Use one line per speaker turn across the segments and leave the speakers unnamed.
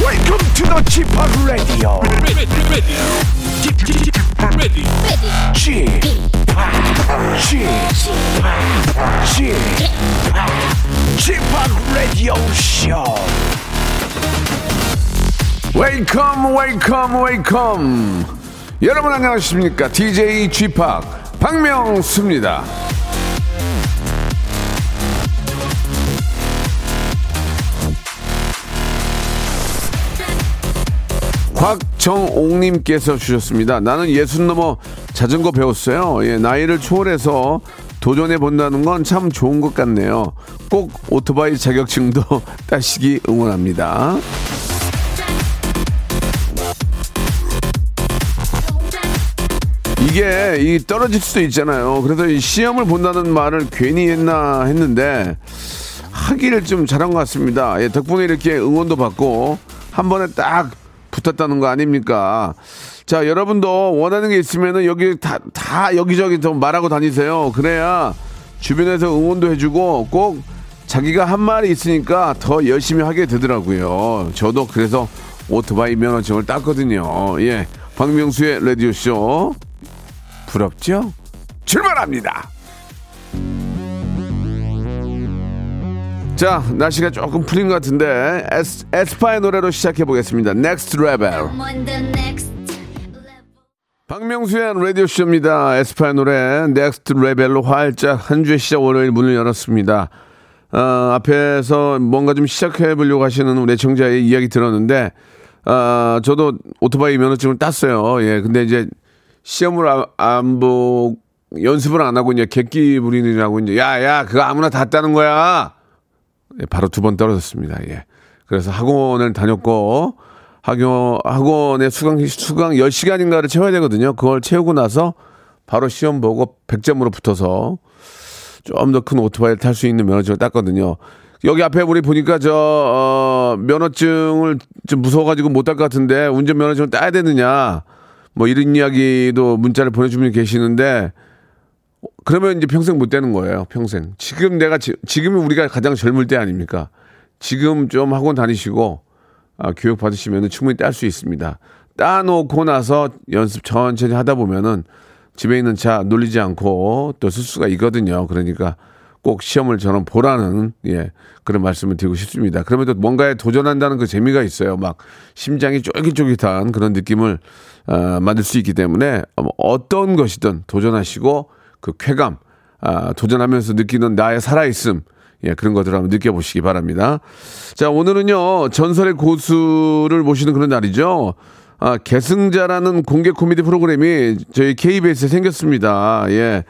Welcome to the Chip Radio.
ready, ready, ready, ready.
Chip, Chip, Chip, Chip Radio Show.
웨이컴 웨이컴 웨이컴 여러분 안녕하십니까 DJ g 팍 박명수입니다 곽정옥님께서 주셨습니다 나는 예순 넘어 자전거 배웠어요 예, 나이를 초월해서 도전해 본다는 건 참 좋은 것 같네요 꼭 오토바이 자격증도 따시기 응원합니다 이게 이 떨어질 수도 있잖아요. 그래서 이 시험을 본다는 말을 괜히 했나 했는데 하기를 좀 잘한 것 같습니다. 예, 덕분에 이렇게 응원도 받고 한 번에 딱 붙었다는 거 아닙니까? 자, 여러분도 원하는 게 있으면은 여기 다, 다 여기저기 좀 말하고 다니세요. 그래야 주변에서 응원도 해주고 꼭 자기가 한 말이 있으니까 더 열심히 하게 되더라고요. 저도 그래서 오토바이 면허증을 땄거든요. 예. 박명수의 라디오쇼. 부럽죠? 출발합니다. 자, 날씨가 조금 풀린 것 같은데 에스, 에스파의 노래로 시작해 보겠습니다. Next Level.
on the next level.
박명수의 라디오 쇼입니다. 에스파의 노래 넥스트 레벨로 활짝 한 주의 시작 월요일 문을 열었습니다. 어, 앞에서 뭔가 좀 시작해 보려고 하시는 우리 청자의 이야기 들었는데 어, 저도 오토바이 면허증을 땄어요. 예, 근데 이제 시험을 안, 안 보고 연습을 안 하고 이제 객기 부리느라고 이제 야야 그거 아무나 다 따는 거야. 예, 바로 두 번 떨어졌습니다. 예. 그래서 학원을 다녔고 학교 학원에 수강 수강 10시간인가를 채워야 되거든요. 그걸 채우고 나서 바로 시험 보고 100점으로 붙어서 좀 더 큰 오토바이를 탈 수 있는 면허증을 땄거든요. 여기 앞에 우리 보니까 저 어, 면허증을 좀 무서워가지고 못 딸 것 같은데 운전 면허증을 따야 되느냐 뭐 이런 이야기도 문자를 보내주면 계시는데 그러면 이제 평생 못 되는 거예요. 평생. 지금 내가 지, 지금이 우리가 가장 젊을 때 아닙니까? 지금 좀 학원 다니시고 아, 교육 받으시면 충분히 딸 수 있습니다. 따놓고 나서 연습 천천히 하다 보면은 집에 있는 차 놀리지 않고 또 쓸 수가 있거든요. 그러니까 꼭 시험을 저는 보라는 예 그런 말씀을 드리고 싶습니다. 그러면 또 뭔가에 도전한다는 그 재미가 있어요. 막 심장이 쫄깃쫄깃한 그런 느낌을 아, 만들 수 있기 때문에 어떤 것이든 도전하시고 그 쾌감 아, 도전하면서 느끼는 나의 살아있음 예 그런 것들 을 한번 느껴보시기 바랍니다. 자 오늘은요 전설의 고수를 모시는 그런 날이죠. 아, 계승자라는 공개 코미디 프로그램이 저희 KBS에 생겼습니다. 예.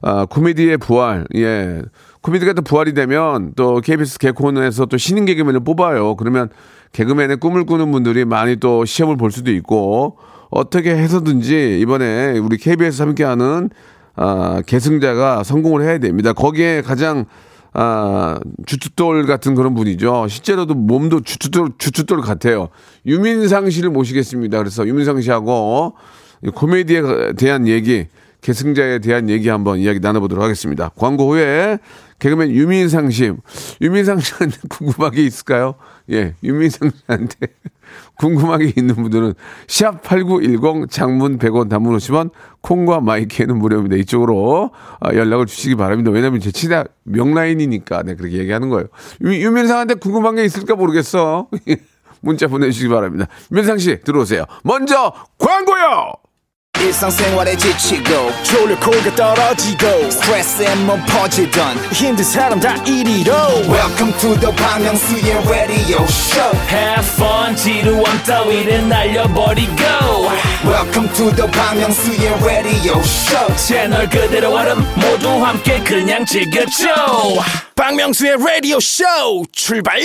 아, 코미디의 부활. 예. 코미디가 또 부활이 되면 또 KBS 개콘에서 또 신인 개그맨을 뽑아요. 그러면 개그맨의 꿈을 꾸는 분들이 많이 또 시험을 볼 수도 있고 어떻게 해서든지 이번에 우리 KBS 함께하는 아, 계승자가 성공을 해야 됩니다. 거기에 가장 아, 주춧돌 같은 그런 분이죠. 실제로도 몸도 주춧돌, 주춧돌 같아요. 유민상 씨를 모시겠습니다. 그래서 유민상 씨하고 이 코미디에 대한 얘기, 계승자에 대한 얘기 한번 이야기 나눠보도록 하겠습니다. 광고 후에 개그맨 유민상 씨. 유민상 씨한테 궁금한 게 있을까요? 예, 유민상 씨한테 궁금한 게 있는 분들은 샵8910 장문 100원 단문 50원 콩과 마이크에는 무료입니다. 이쪽으로 아, 연락을 주시기 바랍니다. 왜냐면 제 친한 명라인이니까 네, 그렇게 얘기하는 거예요. 유, 유민상한테 궁금한 게 있을까 모르겠어. 문자 보내주시기 바랍니다. 민상 씨 들어오세요. 먼저 광고요.
일상생활에 지치고, 졸려 코가 떨어지고, 스트레스에 몸 퍼지던, 힘든 사람 다 이리로. welcome to the Bang Myung-soo's radio show
Have fun 지루함 따위를 날려버리고
welcome to the Bang Myung-soo's radio show
채널 그대로 얼음 모두 함께 그냥 즐겨줘
박명수의 라디오 쇼 출발!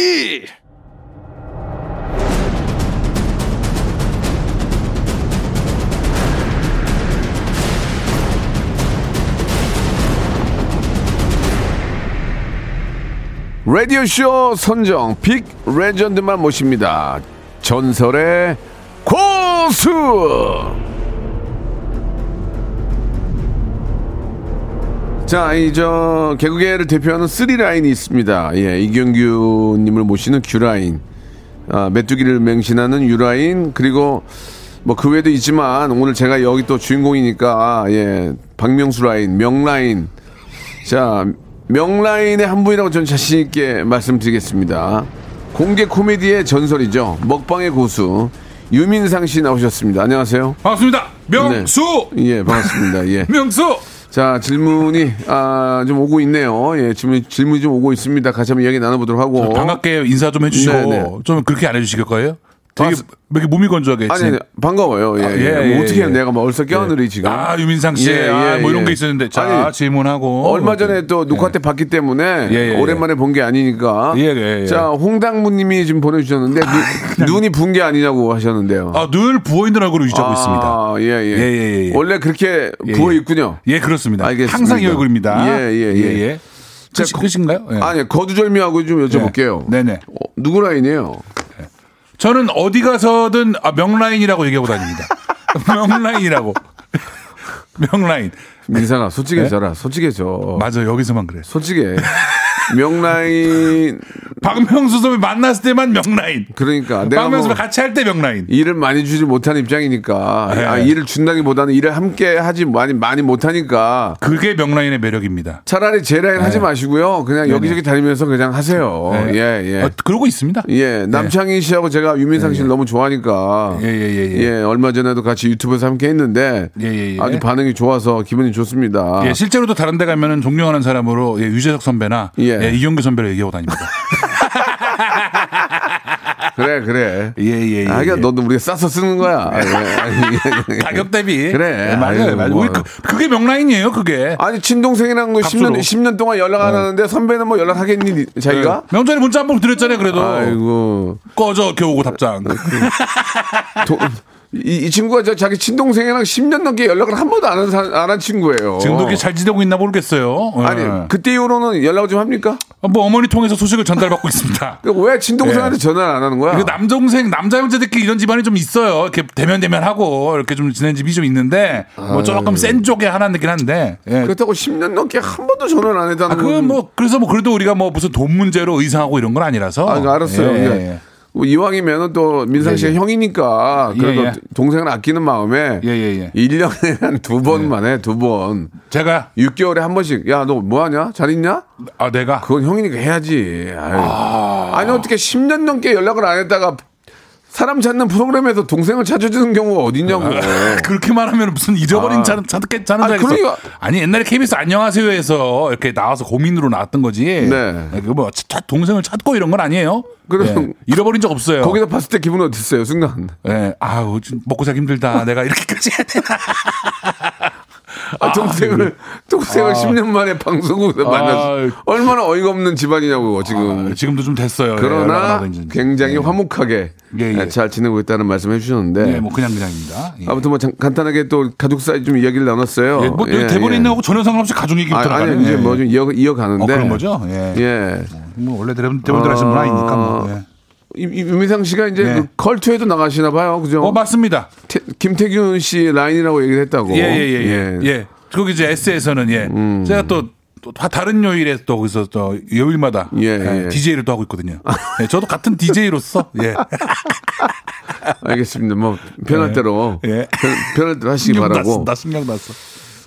라디오쇼 선정 빅 레전드만 모십니다. 전설의 고수! 자, 이 저 개그계를 대표하는 쓰리 라인이 있습니다. 예, 이경규님을 모시는 큐 라인, 아, 메뚜기를 맹신하는 유라인 그리고 뭐 그 외에도 있지만 오늘 제가 여기 또 주인공이니까 아, 예 박명수 라인 명라인 자 명라인의 한 분이라고 저는 자신 있게 말씀드리겠습니다 공개 코미디의 전설이죠 먹방의 고수 유민상 씨 나오셨습니다 안녕하세요
반갑습니다. 명수!
네. 예 반갑습니다 예
명수!
자, 질문이, 아, 좀 오고 있네요. 예, 질문, 질문이 좀 오고 있습니다. 같이 한번 이야기 나눠보도록 하고.
반갑게 인사 좀 해주시고,
어? 네, 네.
좀 그렇게 안 해주실 거예요? 되게,
반갑습-
왜 이렇게 몸이 건조하게
아니,
지금-
아니, 반가워요. 예,
아,
예.
예,
뭐
예,
어떻게
예.
내가 뭐 얼싸 껴안으리 지금.
아, 유민상 씨.
예,
아,
예,
뭐 이런
예.
게 있었는데. 자,
아니,
질문하고. 네.
얼마 전에 또 녹화 때 봤기 때문에
예, 예,
오랜만에 본 게 아니니까.
예, 예, 예.
자, 홍당무님이 지금 보내주셨는데 눈- 눈이 분 게 아니냐고 하셨는데요.
아, 늘 부어있는 얼굴을 유지하고 있습니다.
아, 예, 예.
예, 예, 예.
원래 그렇게
예,
부어
예.
있군요.
예, 그렇습니다.
알겠습니다.
항상 이 얼굴입니다.
예, 예, 예.
끝,
자,
끝인가요? 예.
아니 거두절미하고 좀 여쭤볼게요.
네, 네.
어, 누구 라인이에요?
저는 어디 가서든 아, 명라인이라고 얘기하고 다닙니다. 명라인이라고. 명라인.
민상아,
네?
솔직해져라. 솔직해져.
맞아, 여기서만 그래.
솔직해. 명라인
박명수 선배 만났을 때만 명라인.
그러니까 내가 뭐
박명수 뭐... 같이 할 때 명라인.
일을 많이 주지 못하는 입장이니까
예.
아, 일을 준다기보다는 일을 함께 하지 많이 많이 못하니까
그게 명라인의 매력입니다.
차라리 제
네.
라인 하지 마시고요. 그냥 여기저기 다니면서 그냥 하세요.
예.
예, 예.
아, 그러고 있습니다.
예, 남창희 씨하고 제가 유민상 씨를 너무 좋아하니까.
네, 예, 예, 예, 예.
얼마 전에도 같이 유튜브에서 함께 했는데.
예, 예, 예.
아주 반응이 좋아서 기분이 좋습니다.
예, 실제로도 다른 데 가면은 존경하는 사람으로 예, 유재석 선배나
예.
예, 이경규 선배를 얘기하고 다닙니다.
그래, 그래.
예, 예, 예.
아, 그냥
예.
너도 우리가 싸서 쓰는 거야. 아, 예.
가격 대비.
그래.
예,
아이고,
맞아요. 맞아요.
뭐.
우리 그, 그게 명라인이에요, 그게.
아니, 친동생이랑 뭐 10년,
값으로. 어.
10년 동안 연락 안 하는데 선배는 뭐 연락하겠니, 자기가?
예. 명절에 문자 한 번 드렸잖아요, 그래도.
아이고. 뭐.
꺼져, 겨우고 답장.
도- 이, 이 친구가 저 자기 친동생이랑 10년 넘게 연락을 한 번도 안 한, 사- 안한 친구예요.
지금도 이렇게 잘 지내고 있나 모르겠어요. 예.
아니, 그때 이후로는 연락을 좀 합니까?
뭐 어머니 통해서 소식을 전달받고 있습니다.
왜 친동생한테 전화를 안 하는 거야?
그 남동생 남자 형제들끼리 이런 집안이 좀 있어요. 이렇게 대면 대면 하고 이렇게 좀 지낸 집이 좀 있는데 뭐 조금 센 쪽에 하나 있긴 한데. 예.
그렇다고 10년 넘게 한 번도 전화를 안 했다는
아, 그건 뭐 그래서 뭐 그래도 우리가 뭐 무슨 돈 문제로 의상하고 이런 건 아니라서.
아, 그러니까 알았어요.
예, 예,
그러니까
예.
뭐 이왕이면은 또 민상 씨가
예, 예.
형이니까 그래도
예, 예.
동생을 아끼는 마음에
예, 예, 예.
1년에 한 두 번만 해, 두 번.
제가
6개월에 한 번씩 야, 너 뭐 하냐? 잘 있냐?
아 내가
그건 형이니까 해야지. 아... 아니 어떻게 10년 넘게 연락을 안 했다가 사람 찾는 프로그램에서 동생을 찾아주는 경우가 어딨냐고.
그렇게 말하면 무슨 잊어버린 차는 찾겠 자는
예. 아니,
자겠어.
그러니까-
아니 옛날에 KBS 안녕하세요에서 이렇게 나와서 고민으로 나왔던 거지. 예,
네.
그뭐 동생을 찾고 이런 건 아니에요.
그래서
예. 잃어버린 적 없어요.
거기서 봤을 때 기분 어땠어요, 순간?
예, 아우, 좀 먹고 살기 힘들다. 내가 이렇게까지 해야 되나.
아, 동생을
아.
동생을 10년 만에 방송국에서 만났어. 얼마나 어이가 없는 집안이냐고 지금.
아, 지금도 좀 됐어요. 예, 연락 안
그러나
하고 이제.
굉장히 화목하게
예, 예.
잘 지내고 있다는 말씀해 주셨는데
예, 뭐 그냥 그냥입니다. 예.
아무튼 뭐 장- 간단하게 또 가족 사이 좀 이야기를 나눴어요.
예, 뭐 대본에 있는 거하고 전혀 상관없이 가족 얘기부터
아,
가는
아니 이제
예.
뭐 좀 이어 이어가는데
어, 그런 거죠. 예.
예.
뭐 원래 대본 대본대로 하시는 분 아니니까. 뭐. 예.
이- 이- 유미상 씨가 이제
예.
그 컬투에도 나가시나 봐요. 그죠?
어, 맞습니다.
태- 김태균 씨 라인이라고 얘기를 했다고.
예, 예, 예, 예. 예. 거기 이제 S에서는 예.
음.
제가 또, 또 다- 다른 요일에 또 거기서 또 요일마다
예,
예,
예.
DJ를 또 하고 있거든요. 예, 저도 같은 DJ로서 예.
알겠습니다. 뭐 편할
예.
대로
예.
편, 편할 대로 하시기
신경
바라고.
났어. 나 신경 났어.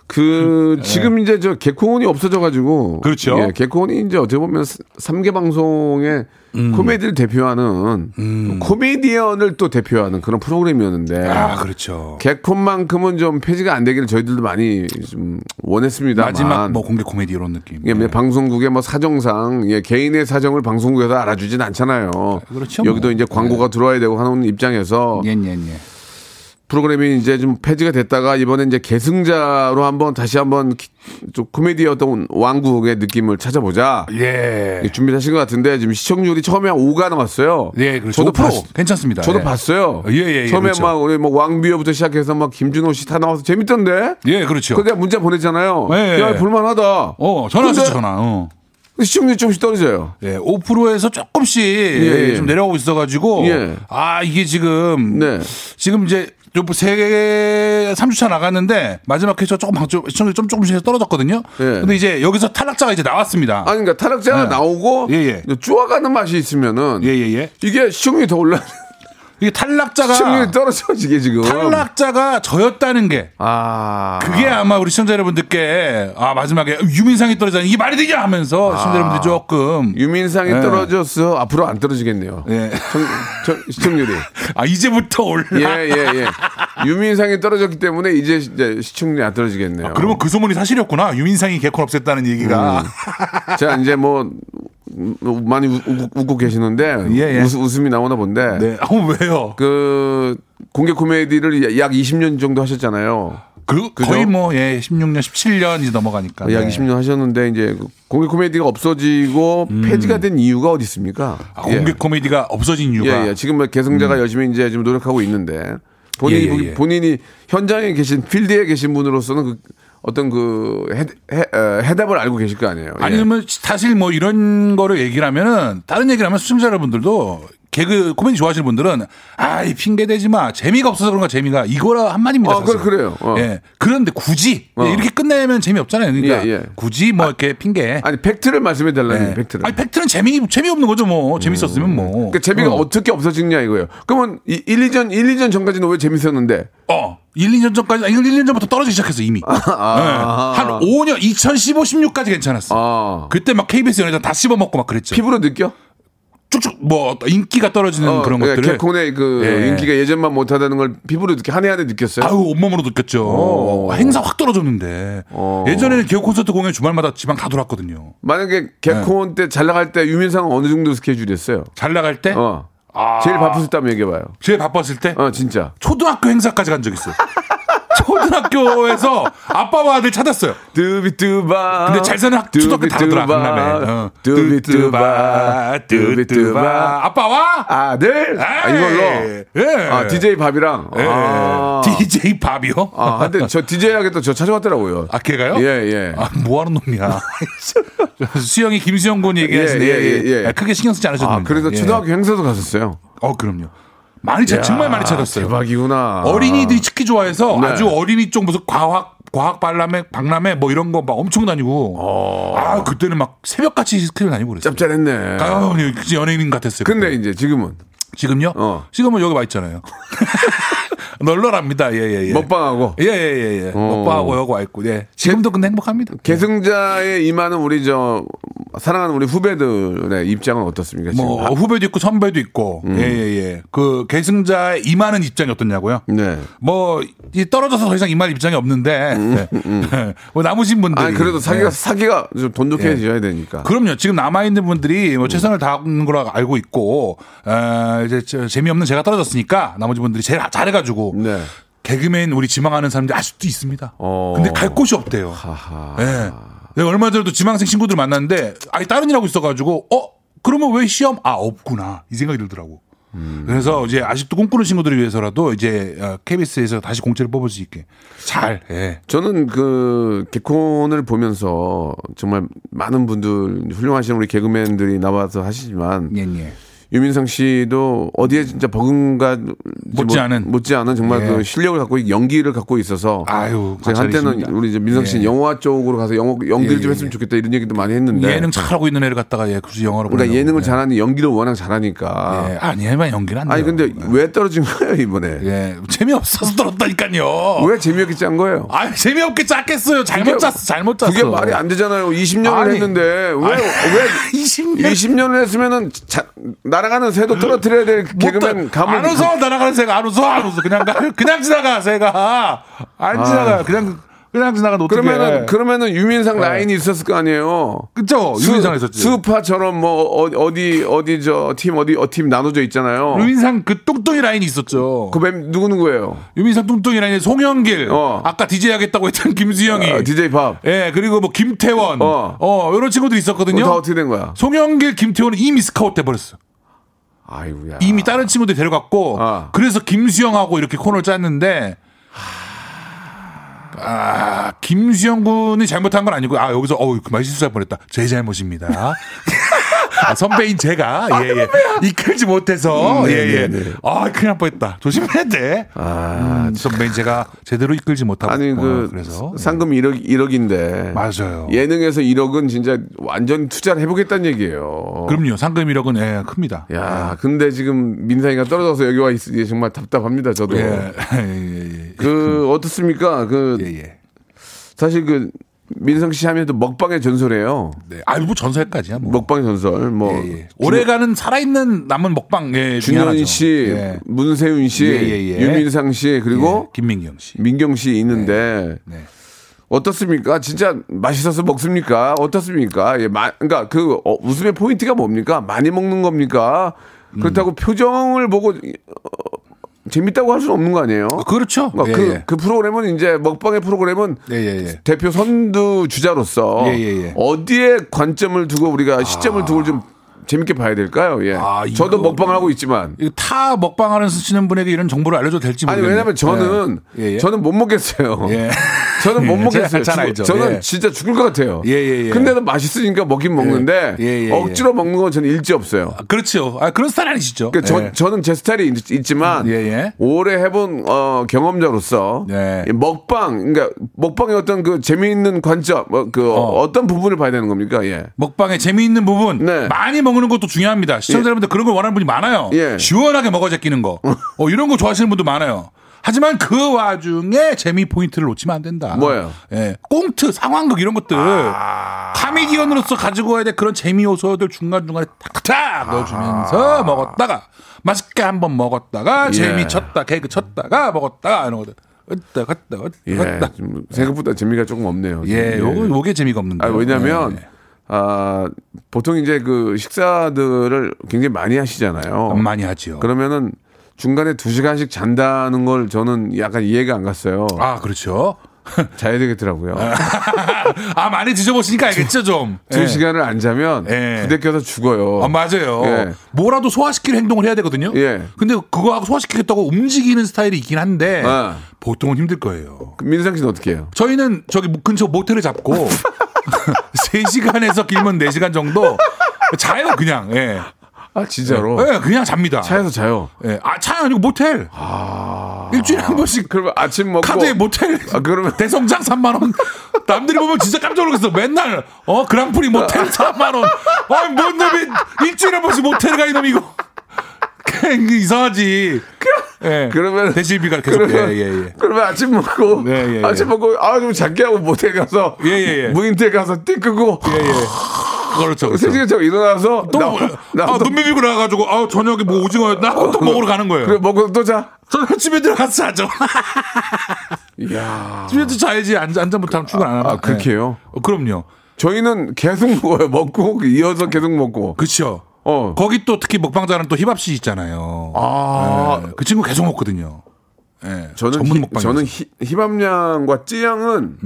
그 지금 이제 저 개콘이 없어져가지고
음. 예. 그렇죠.
예, 개콘이 이제 어떻게 보면 삼개 방송의
음.
코미디를 대표하는 코미디언을 또 대표하는 그런 프로그램이었는데
아, 그렇죠.
개콘만큼은 좀 폐지가 안 되기를 저희들도 많이 좀 원했습니다만
마지막 뭐 예. 공개 코미디 이런 느낌.
이게 방송국의 뭐 사정상 예, 개인의 사정을 방송국에서 알아주진 않잖아요.
그렇죠,
여기도
뭐.
이제 광고가 들어와야 되고 하는 입장에서
예, 예, 예.
프로그램이 이제 좀 폐지가 됐다가 이번에 이제 계승자로 한번 다시 한번 기- 좀 코미디였던 왕국의 느낌을 찾아보자.
예.
준비하신 것 같은데 지금 시청률이 처음에 한 5가 나왔어요.
예, 그렇죠.
저도
5%
봤,
괜찮습니다.
저도
예.
봤어요.
예, 예, 예,
처음에
그렇죠.
막 우리 뭐 왕비호부터 시작해서 막 김준호 씨 다 나와서 재밌던데.
예, 그렇죠.
그때 문자 보냈잖아요.
예, 예.
야, 볼만하다.
어, 전화
근데
왔죠, 전화. 어.
시청률이 조금씩 떨어져요.
예, 5%에서 조금씩
예.
좀 내려가고 있어가지고
예.
아 이게 지금
네.
지금 이제 요번 세삼주차 나갔는데 마지막 회차 조금 방점 시청률이 좀 조금씩 해서 떨어졌거든요.
예.
근데 이제 여기서 탈락자가 이제 나왔습니다.
아니 그러니까 타락자가
네.
나오고
예,
쪼아가는 맛이 있으면은
예, 예, 예.
이게 시청률이 더 올라
이게 탈락자가
시청률이 떨어져 지게 지금
아. 탈락자가 저였다는 게
아
그게 아마 우리 시청자 여러분들께 아 마지막에 유민상이 떨어지는 이게 말이 되냐 하면서 시청자 여러분들이 조금
아. 유민상이
예.
떨어져서 앞으로 안 떨어지겠네요.
예.
청- 청- 시청률이
아 이제부터 올라.
예예 예, 예. 유민상이 떨어졌기 때문에 이제, 시- 이제 시청률이 안 떨어지겠네요.
그러면 그 소문이 사실이었구나. 유민상이 개콘 없앴다는 얘기가.
음. 자 이제 뭐 음, 많이 우- 우- 웃고 계시는데
예, 예.
웃, 웃음이 나오나 본데
네. 아 왜요?
그 공개 코미디를 약 20년 정도 하셨잖아요. 그죠?
그,
예,
거의 뭐 예, 16년, 17년 이제 넘어가니까.
약
네.
20년 하셨는데 이제 그 공개 코미디가 없어지고 폐지가 된 이유가 어디 있습니까?
음. 아, 공개
예.
코미디가 없어진 이유가 음.
예, 예. 지금 뭐 개성자가 열심히 이제 지금 노력하고 있는데 본인이
예, 예, 예.
본인이 현장에 계신 필드에 계신 분으로서는 그 어떤 그 해, 해, 에, 해답을 알고 계실 거 아니에요. 예.
아니면 사실 뭐 이런 거를 얘기를 하면은 다른 얘기를 하면 시청자 여러분들도 개그 코미디 좋아하시는 분들은 아이 핑계 대지 마 재미가 없어서 그런가 재미가 이거라 한 말입니다.
어,
사실.
그- 그래요. 어.
예 그런데 굳이 예,
어.
이렇게 끝내면 재미 없잖아요. 그러니까
예, 예.
굳이 뭐 이렇게 핑계.
아니 팩트를 말씀해 달라는
예.
팩트를. 음.
아니 팩트는 재미 재미없는 거죠 뭐 재밌었으면 뭐.
그러니까 재미가 어. 떻게 없어지냐 이거예요. 그러면 이 1, 2전 1, 2전 전까지는 왜 재밌었는데?
어, 1, 2년 전까지, 아니, 1, 2년 전부터 떨어지기 시작했어, 이미.
아,
네. 한 5년, 2015, 16까지 괜찮았어.
아.
그때 막 KBS 연예전 다 씹어먹고 막 그랬죠.
피부로 느껴?
쭉쭉, 뭐, 인기가 떨어지는
어,
그런
그러니까
것들을.
개콘의 그
예.
인기가 예전만 못하다는 걸 피부로 느껴 한해 한해 느꼈어요.
아유, 온몸으로 느꼈죠.
어.
행사 확 떨어졌는데. 예전에는 개그 콘서트 공연 주말마다 지방 다 돌았거든요.
만약에 개콘
예.
때 잘 나갈 때 유민상은 어느 정도 스케줄이었어요?
잘 나갈 때,
어.
아.
제일 바빴을 때한 얘기해봐요.
제일 바빴을 때,
어 진짜
초등학교 행사까지 간 적 있어요. 초등학교에서 아빠와 아들 찾았어요.
뚜비뚜바
근데 잘 사는 학- 초등학교 다르더라 강남에 어.
뚜비뚜바 뚜비뚜바
아빠와
아들 아, 이걸로
예.
아 DJ 밥이랑
예.
아,
DJ 밥이요?
아 근데 저 DJ 하겠다 저 찾아왔더라고요
아, 걔가요?
예예
아, 뭐 하는 놈이야. 수영이 김수영 군 얘기하시네.
예, 예, 예, 예.
아, 크게 신경 쓰지 않으셨는데.
아 그래서
예.
초등학교 행사도 갔었어요 아,
어, 그럼요. 많이 찾, 정말 많이 찾았어요.
대박이구나
어린이들이 치킨 좋아해서
네.
아주 어린이 쪽 무슨 과학 과학 박람회 박람회 뭐 이런 거 막 엄청 다니고. 아, 그때는 막 새벽같이 스킬 다니고 그랬어요.
어. 짭짤했네
아, 진짜 연예인 같았어요.
근데 이제 지금은
지금요?
어.
지금은 여기 와 있잖아요. 널널합니다. 예, 예, 예.
먹방하고 어.
예, 예, 예, 예. 먹방하고 여기 와 있고, 예. 지금도 근데 행복합니다.
계승자의 임하는 우리 저 사랑하는 우리 후배들의 입장은 어떻습니까? 지금?
뭐, 후배도 있고, 선배도 있고,
음.
예, 예, 예. 그, 계승자의 임하는 입장이 어떻냐고요?
네.
뭐, 이 떨어져서 더 이상 임할 입장이 없는데, 뭐, 남으신 분들.
음, 아니 그래도 사기가 사기가 좀 돈독해져야 되니까.
네. 예. 아. 그럼요. 지금 남아있는 분들이
음.
뭐 최선을 다하는 거라 알고 있고, 에, 이제 저 재미없는 제가 떨어졌으니까 나머지 분들이 제일 잘해가지고,
네.
개그맨 우리 지망하는 사람들이 아직도 있습니다.
어.
근데 갈 곳이 없대요.
아,
예. 내가 얼마 전에도 지망생 친구들 만났는데, 아니, 다른 일하고 있어가지고, 어? 그러면 왜 시험? 아, 없구나. 이 생각이 들더라고.
음.
그래서 이제 아직도 꿈꾸는 친구들을 위해서라도 이제 어, KBS에서 다시 공채를 뽑을 수 있게 잘, 예.
저는 그 개콘을 보면서 정말 많은 분들 훌륭하신 우리 개그맨들이 나와서 하시지만
예, 예.
유민상 씨도 어디에 진짜 버금가
못지 않은.
못지 않은 정말
예.
그 실력을 갖고 있- 연기를 갖고 있어서
아유,
제가 한때는
관찰이십니다.
우리 이제 민상 씨는
예.
영화 쪽으로 가서 영어 연기를
예,
좀
예,
했으면 좋겠다 이런 얘기도 많이 했는데
예능 잘하고 있는 애를 갖다가 예, 굳이 영화로
그러니까
보내려고.
예능을
예.
잘하는 연기를 워낙 잘하니까
예. 아니, 해봐 연기는 안 돼.
아니 근데 왜 떨어진 거예요 이번에
예. 재미없어서 떨었다니까요.
왜 재미없게 짠 거예요?
아 재미없게 짰겠어요. 잘못 짰어, 잘못 짰어.
그게 말이 안 되잖아요. 20년을
아니.
했는데 왜 왜
아니, 20년
20년을 했으면은 자- 날아가는 새도 떨어뜨려야 될 개그맨 감을
안 웃어 날아가는 새가 안 웃어 안 웃어 그냥 가 그냥 지나가 새가 안 지나가 그냥 그냥 지나가 어떻게
아.
네.
그러면은 그러면은 유민상 라인이 있었을 거 아니에요.
그죠
수-
유민상 있었지
수파처럼 뭐 어, 디 어디 저 팀 어디 어 팀 나눠져 있잖아요.
유민상 그 뚱뚱이 라인이 있었죠
그맨 누구 누구예요?
유민상 뚱뚱이 라인에 송영길
어.
아까 DJ 하겠다고 했던 김수영이
아, DJ 밥.
예 그리고 뭐 김태원
어.
어, 이런 친구들이 있었거든요
다 어떻게 된 거야?
송영길 김태원은 이미 스카웃 돼 버렸어
아이고야.
이미 다른 친구들 데려갔고
아.
그래서 김수영하고 이렇게 코너를 짰는데 아 김수영 군이 잘못한 건 아니고 아 여기서 어우 그 말실수할 뻔했다 제 잘못입니다 아, 선배인 제가 예,
아,
예. 이끌지
음,
못해서
네,
예, 예. 아 큰일 날 뻔했다. 조심해야 돼. 음, 선배인 제가 제대로 이끌지 못하고
아, 아니 그
그래서
상금 1억 1억인데
맞아요.
예능에서 1억은 진짜 완전 투자를 해보겠다는 얘기예요.
그럼요. 상금 1억은 예, 큽니다.
야, 근데 지금 민상이가 떨어져서 여기 와 있으니 정말 답답합니다. 저도.
예. 예, 예.
그 어떻습니까? 그
예, 예.
사실 그 민상 씨 하면 또 먹방의 전설이에요.
네. 아, 뭐 전설까지야 뭐.
먹방의 전설. 뭐
예, 예. 올해가는 살아있는 남은 먹방 예, 중에
준현
하나죠.
씨,
예.
문세윤 씨,
예, 예, 예.
유민상 씨 그리고
예, 김민경 씨.
민경 씨 있는데
네.
어떻습니까? 진짜 맛있어서 먹습니까? 어떻습니까? 예, 마, 그러니까 그 어, 웃음의 포인트가 뭡니까? 많이 먹는 겁니까? 그렇다고
음.
표정을 보고 어, 재밌다고 할 수는 없는 거 아니에요?
그렇죠.
그,
예,
그,
예.
그 프로그램은 이제 먹방의 프로그램은
예, 예, 예.
대표 선두 주자로서
예, 예, 예.
어디에 관점을 두고 우리가 시점을 두고 좀 재밌게 봐야 될까요? 예.
아,
저도
이거-
먹방을 하고 있지만
이거 타 먹방하는 쓰시는 분에게 이런 정보를 알려줘도 될지
아니
예, 모르겠네요.
왜냐면 저는
예. 예, 예.
저는 못 먹겠어요.
예.
저는 못
예,
먹겠어요.
제가 잘
죽-
알죠.
저는
예.
진짜 죽을 것 같아요.
예, 예, 예.
근데도 맛있으니까 먹긴 먹는데
예, 예, 예.
억지로 먹는 건 저는 일지 없어요.
아, 그렇죠. 아 그런 스타일 아니시죠?
그러니까 저,
예.
저는 제 스타일이 있- 있지만
예, 예.
오래 해본 어, 경험자로서
예.
이 먹방 그러니까 먹방의 어떤 그 재미있는 관점 어, 그
어.
어. 떤 부분을 봐야 되는 겁니까? 예.
먹방의 재미있는 부분
네.
많이 먹는 것도 중요합니다. 시청자분들 그런 걸 원하는 분이 많아요.
예.
시원하게 먹어 제끼는 거. 어, 이런 거 좋아하시는 분도 많아요. 하지만 그 와중에 재미 포인트를 놓치면 안 된다.
뭐예요? 아.
예, 꽁트, 상황극 이런 것들 카미디언으로서 가지고 와야 될 그런 재미 요소들 중간 중간에 탁탁 넣어주면서
아.
먹었다가 맛있게 한번 먹었다가
예.
재미 쳤다 개그 쳤다 먹었다가 이런 거들. 왔다 갔다 왔다
예.
갔다.
좀 생각보다 재미가 조금 없네요.
예, 요거 요게 재미가 없는
아,
거예요.
왜냐면,
예.
아, 보통 이제 그 식사들을 굉장히 많이 하시잖아요.
음, 많이 하지요.
그러면은 중간에 두 시간씩 잔다는 걸 저는 약간 이해가 안 갔어요.
아, 그렇죠.
자야 되겠더라고요.
아 많이 드셔보시니까 알겠죠 좀.
두
예.
시간을 안 자면
예.
부대껴서 죽어요.
아 맞아요.
예.
뭐라도 소화시키는 행동을 해야 되거든요.
예.
근데 그거하고 소화시키겠다고 움직이는 스타일이 있긴 한데
아.
보통은 힘들 거예요.
그 민상 씨는 어떻게 해요?
저희는 저기 근처 모텔을 잡고 3시간에서 길면 4시간 정도 자요 그냥. 예.
아, 진짜로.
예, 그냥 잡니다.
차에서 자요.
예. 아, 차 아니고 모텔. 일주일에 한 번씩
그러면 아침 먹고
카드에 모텔
아, 그러면-
대성장 3만 원 남들이 보면 진짜 깜짝 놀랐어 맨날 어 그랑프리 모텔 3만 어, 원아뭔 놈이 일주일에 한 번씩 모텔 가 이놈 이거 그냥 이상하지 예
그, 그러면-
대실비가 계속
그러면,
예예예
그러면 아침 먹고
네, 예, 예.
아침 먹고 아 좀 작게 하고 모텔 가서
예, 예, 예.
무인텔 가서 띠 끄고
그렇죠 그렇죠
세시간 자고 일어나서
또,
나, 나,
아, 눈 비비고 나와가지고 아 저녁에 뭐 오징어였나 또 먹으러 가는 거예요
그래 먹고 또 자.
저는 집에 들어가서 자죠
이야.
집에 서 자야지 앉아 앉아 못하면 출근 안 합니다
아, 그렇게
예.
해요?
어, 그럼요
저희는 계속 먹어요. 먹고 이어서 계속 먹고.
그렇죠
어.
거기 또 특히 먹방자는 또 힙합씨 있잖아요.
아.
예, 그 친구 계속 먹거든요. 예,
저는
전문 음.
히,
먹방.
저는 히, 희밤양과 찌양은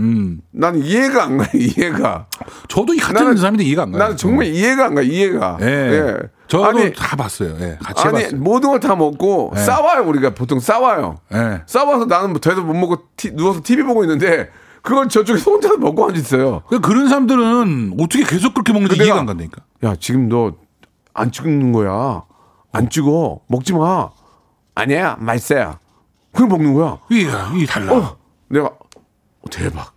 난 이해가 안 가. 이해가.
저도 이 같은
나는-
사람인데 이해가 안 가요.
나는 정말 이해가 안 가. 이해가.
네. 어. 예. 저도
아니
다 봤어요. 예, 같이
아니
해봤어요.
모든 걸 다 먹고 싸워요. 우리가 보통 싸워요.
예.
싸워서 나는 뭐 돼서 못 먹고 티- 누워서 TV 보고 있는데 그걸 저쪽에서 혼자 먹고 앉아 있어요.
그 그런 사람들은 어떻게 계속 그렇게 먹는지
근데
이해가
내가-
안 간다니까.
야 지금 너 안 찍는 거야 안 찍어 먹지 마 아니야 맛있어요 그럼 먹는 거야
이게 이 달라.
어, 내가 어, 대박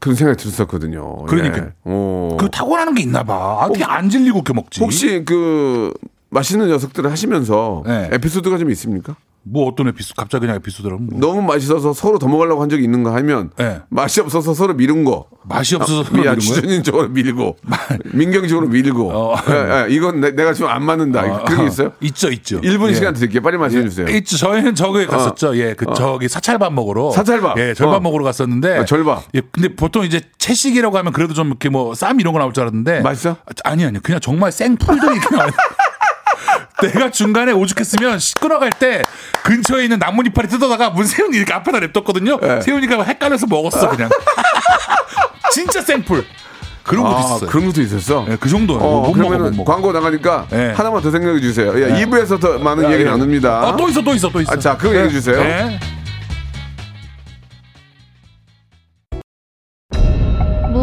그런 생각이 들었었거든요
그러니까.
예. 어.
그 타고나는 게 있나 봐. 어떻게 안 질리고 이렇게 먹지?
혹시 그 맛있는 녀석들을 하시면서
네.
에피소드가 좀 있습니까
뭐 어떤 에피소드 갑자기 그냥 에피소드라면 뭐
너무 맛있어서 서로 더 먹으려고 한 적이 있는가 하면
네.
맛이 없어서 서로 미룬 거
맛이 없어서 서로
아, 미안
이런 거예요?
주준인 쪽으로 밀고 민경 쪽으로 밀고
어.
예, 예, 이건 내, 가 지금 안 맞는다 그런 게 있어요?
아, 있죠, 있죠.
1분
예.
시간 드릴게요. 빨리 말씀해 주세요.
있죠. 저희는 저기 갔었죠. 예, 그 저기 사찰밥 먹으러.
어. 사찰밥.
예, 절밥
어.
먹으러 갔었는데.
아, 절밥.
예, 근데 보통 이제 채식이라고 하면 그래도 좀 이렇게 뭐 쌈 이런 거 나올 줄 알았는데.
맛있어?
아, 니 아니 그냥 정말 생 풀들이 그냥. 나와요. 내가 중간에 오죽했으면 시끄러갈 때 근처에 있는 나뭇잎파리 뜯어다가 문세윤이 이렇게 앞에다 냅뒀거든요.
예.
세윤이가 헷갈려서 먹었어 그냥. 진짜 생풀. 그런 것도
아,
있었어요. 그,
그런 것도 있었어.
정도는
어,
못 먹어 못
그러면
먹어.
광고 나가니까
예.
하나만 더 생각해 주세요. 예, 2부에서 더 많은 이야기 나눕니다.
아, 또 있어 또 있어 또 있어.
아, 자, 그거 얘기해 주세요.
네.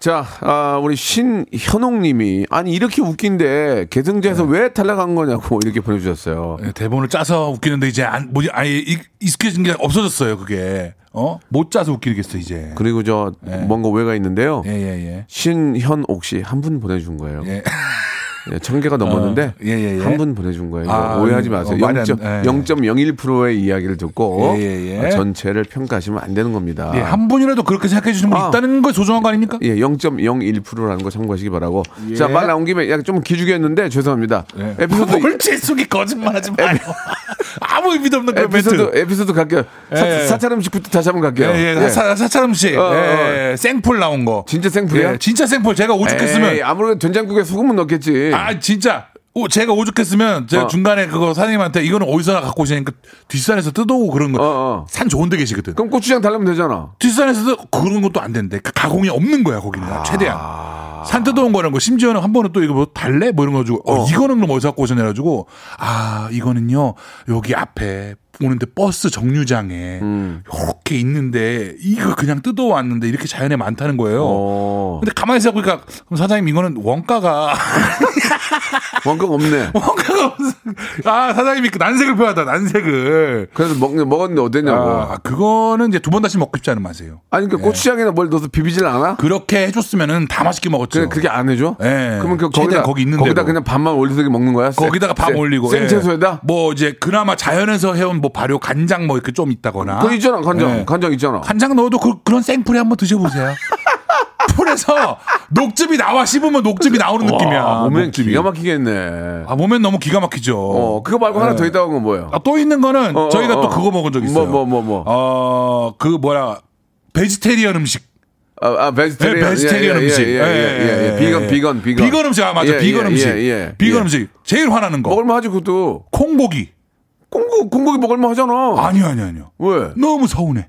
자, 아, 우리 신현옥님이 아니 이렇게 웃긴데 계승자에서 왜 탈락한 거냐고 이렇게 보내주셨어요.
예, 대본을 짜서 웃기는데 이제 안, 뭐, 아예 익- 익숙해진 게 없어졌어요 그게 어? 못 짜서 웃기겠어 이제
그리고 저 뭔가 오해가 있는데요.
예. 예예예
신현옥 씨 한 분 보내준 거예요.
예.
예, 천 개가 넘었는데
예, 예, 예.
한 분 보내준 거예요.
아,
오해하지
음,
마세요.
어, 말이 안-
0.
예.
0.01%의 이야기를 듣고
예, 예, 예.
아, 전체를 평가하시면 안 되는 겁니다.
예, 한 분이라도 그렇게 생각해 주시는 분이
아.
있다는 걸 소중한 거 아닙니까?
예, 0.01%라는 거 참고하시기 바라고.
예.
자, 말 나온 김에 약간 좀 기죽였는데 죄송합니다. 에피소드
뭘제 속이 거짓말하지 마요. 아무 의미도 없는 그
에피소드
멘트.
에피소드 갈게요.
예.
사, 찰 음식부터 다시 한번 갈게요.
예,
예.
예, 사, 사찰음 씨,
어,
예, 생풀 나온 거.
진짜 생풀이야?
예, 진짜 생풀. 제가
에이,
오죽했으면,
아무래도 예. 된장국에 소금은 넣겠지.
아 진짜. 오, 제가 오죽했으면 제가
어.
중간에 그거 사장님한테 이거는 어디서나 갖고 오시니까 뒷산에서 뜯어오고 그런 거.
어, 어.
산 좋은 데 계시거든.
그럼 고추장 달라면 되잖아.
뒷산에서도 그런 것도 안 된대. 그 가공이 없는 거야, 거기는.
아.
최대한. 산 뜯어온 거라는 거. 심지어는 한 번은 또 이거 뭐 달래? 뭐 이런 거 가지고, 어, 이거는 그럼 어디서 갖고 오셨냐 해가지고, 아, 이거는요, 여기 앞에 오는데 버스 정류장에
음.
이렇게 있는데, 이거 그냥 뜯어왔는데 이렇게 자연에 많다는 거예요.
어.
근데 가만히 생각해보니까, 그럼 사장님 이거는 원가가, 아.
원금 없네.
원가가 없어. 아, 사장님이 그 난색을 표하다, 난색을.
그래서 먹, 먹었는데 어땠냐고.
아, 그거는 이제 두 번 다시 먹고 싶지 않은 맛이에요.
아니 그러니까 고추장이나 뭘 넣어서 비비질 않아?
그렇게 해줬으면은 다 맛있게 먹었죠.
그, 그게 안 해줘?
그렇죠. 예.
그러면 그, 거기다
최대한 거기 있는
거기다
대로.
그냥 밥만 올려서 이렇게 먹는 거야? 생-
거기다가 밥
생-
올리고 예.
생채소에다?
뭐 이제 그나마 자연에서 해온 뭐 발효 간장 뭐 이렇게 좀 있다거나
그거 있잖아 간장
예.
간장 있잖아.
간장 넣어도 그, 그런 생풀이 한번 드셔보세요. 풀에서 녹즙이 나와 씹으면 녹즙이 나오는 느낌이야.
아, 몸에
녹즙이.
기가 막히겠네.
아 몸엔 너무 기가 막히죠.
어 그거 말고 하나 더 있다고 한건 뭐예요?
아, 또 있는 거는
어,
저희가
어,
또
어.
그거 먹은 적 있어요.
뭐, 뭐, 뭐, 뭐.
어, 그 뭐야 베지테리언 음식.
아, 아 베지테리언,
네, 베지테리언
예, 예,
음식.
예, 예, 예, 예. 비건, 비건, 비건.
음식 아 맞아.
예,
비건
예,
음식.
예, 예.
비건
예.
음식. 제일 화나는 거.
먹을만 하지 그것도.
콩고기.
콩고 콩고기 먹을만 하잖아.
아니요, 아니요, 아니요.
왜?
너무 서운해.